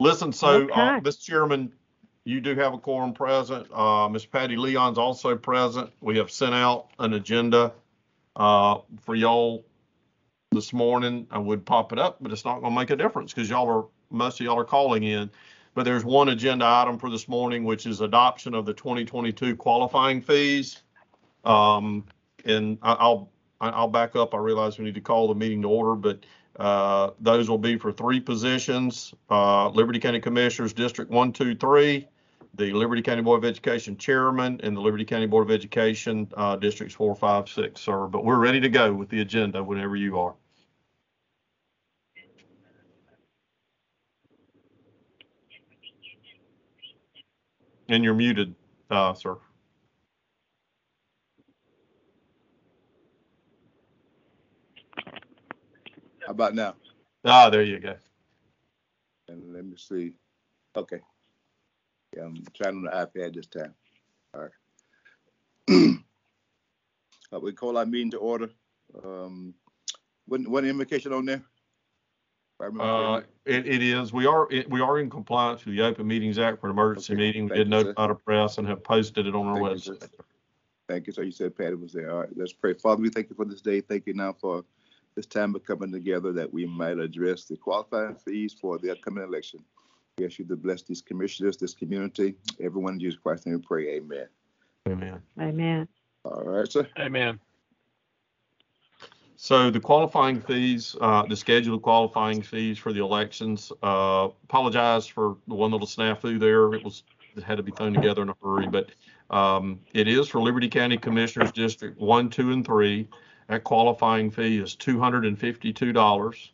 Listen, so, uh, Okay. Mr. Chairman, you do have a quorum present. Uh, Ms. Patty Leon's also present. We have sent out an agenda, uh, for y'all this morning. I would pop it up, but it's not gonna make a difference because y'all are, most of y'all are calling in. But there's one agenda item for this morning, which is adoption of the 2022 qualifying fees. Um, and I, I'll, I- I'll back up. I realize we need to call the meeting to order, but uh, Those will be for three positions, uh, Liberty County Commissioners, District 1, 2, 3, the Liberty County Board of Education Chairman, and the Liberty County Board of Education uh, Districts 4, 5, 6, sir. But we're ready to go with the agenda whenever you are. And you're muted, uh, sir. How about now? Ah, there you go. And let me see. Okay. Yeah, I'm trying on the iPad this time. All right. Uh, we call our meeting to order. Um, one, one invocation on there? If I remember Uh, correctly. It, it is, we are, it- we are in compliance with the Open Meetings Act for an emergency Okay, meeting. We thank did you, notify the press and have posted it on our Thank you, sir. website. Thank you. So you said Patty was there. All right, let's pray. Father, we thank you for this day. Thank you now for this time of coming together that we might address the qualifying fees for the upcoming election. We ask you to bless these commissioners, this community, everyone in Jesus Christ's name, we pray. Amen. Amen. Amen. All right, sir. Amen. So the qualifying fees, uh, the schedule of qualifying fees for the elections, uh, apologize for the one little snafu there. It was, it had to be thrown together in a hurry, but, um, it is for Liberty County Commissioners District one, two, and three. That qualifying fee is two hundred and fifty-two dollars.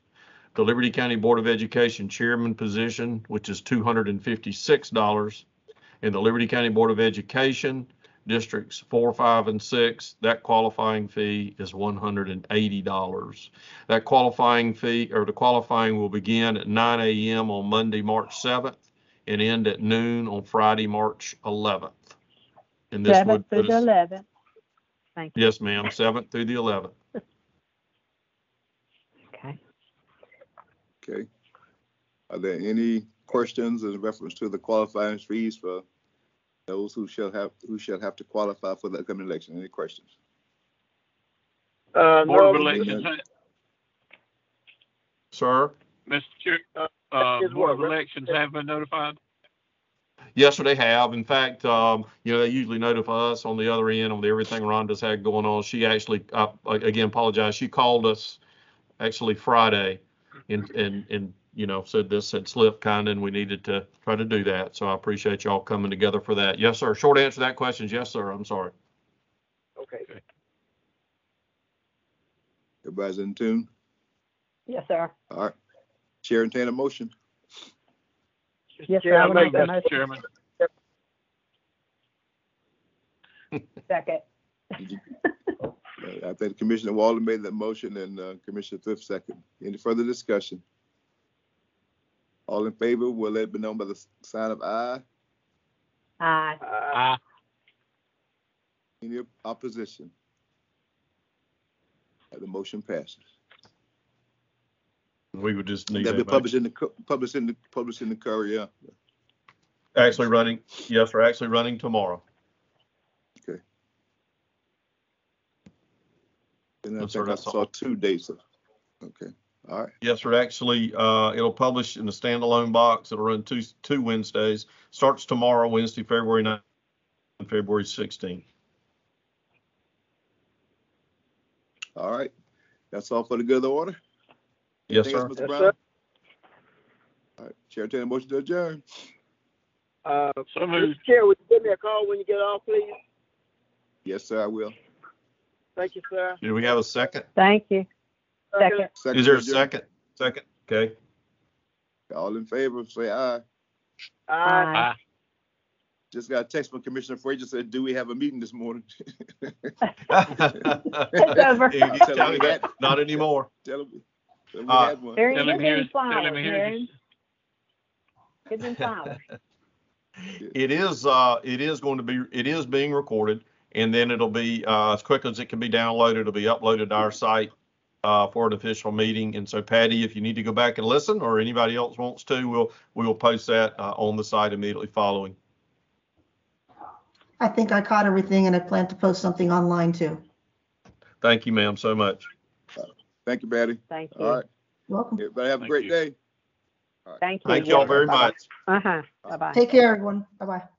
The Liberty County Board of Education Chairman position, which is two hundred and fifty-six dollars. And the Liberty County Board of Education, districts four, five, and six, that qualifying fee is one hundred and eighty dollars. That qualifying fee, or the qualifying will begin at nine AM on Monday, March seventh, and end at noon on Friday, March eleventh. And this Seventh would through put the us, eleventh. Thank you. yes, ma'am, seventh through the eleventh. Okay. Okay. Are there any questions in reference to the qualifying fees for those who shall have, who shall have to qualify for the upcoming election? Any questions? Uh, no, Board of Elections, Sir, Mr. Chair, uh, Is Board what, of Elections have been notified? yes, sir, they have. In fact, um, you know, they usually notify us on the other end on everything Rhonda's had going on. She actually, uh, again, apologize. She called us actually Friday and, and, and, you know, said this had slipped kind of, and we needed to try to do that. So I appreciate y'all coming together for that. Yes, sir. Short answer to that question is yes, sir. I'm sorry. Okay. Everybody's in tune? Yes, sir. All right. Chair entertain a motion. Yes, sir. I Chair, So would make moved, that Mr. motion. Chairman. Second. Did you- Uh, I think Commissioner Walden made that motion and uh, Commissioner Thrift second. Any further discussion? All in favor, will let it be known by the s- sign of aye. Aye. Aye. Any op- opposition? Uh, The motion passes. We would just need. That'll be everybody- published in the, cu- published in the, published in the courier. Actually running, yes, sir. Actually running tomorrow. And I That's what think I I saw. saw two dates. of- Okay, all right, Yes, sir. Actually, uh, it'll publish in a standalone box. It'll run two, two Wednesdays. Starts tomorrow, Wednesday, February 9th, and February 16th. all right. That's all for the good of the order. Yes, Anything sir. else, Mr. Yes, Brown? sir. All right, Chair, take a motion to adjourn. Uh, So Mr. moved. Chair, would you give me a call when you get off, please? Yes, sir, I will. Thank you, sir. Do we have a second? Thank you. Second. Is there a to adjourn. second? Second? Okay. All in favor, say aye. Aye. Aye. Just got a text from Commissioner Frazier said, do we have a meeting this morning? It's over. You can tell me that. Not anymore. Tell him, tell him we Uh, had one. Marion, Tell give him them here's, tell flowers, him here's. Marion. Give them flowers. It is, uh, it is going to be, it is being recorded and then it'll be, uh, as quick as it can be downloaded, it'll be uploaded to our site. uh, for an official meeting. And so Patty, if you need to go back and listen, or anybody else wants to, we'll, we will post that uh, on the site immediately following. I think I caught everything and I plan to post something online too. Thank you, ma'am, so much. Thank you, Patty. Thank All you. right. Welcome. Everybody have a Thank great you. day. Thank you. Thank you all very Bye-bye. much. Uh-huh. Bye-bye. Take care, everyone. Bye-bye.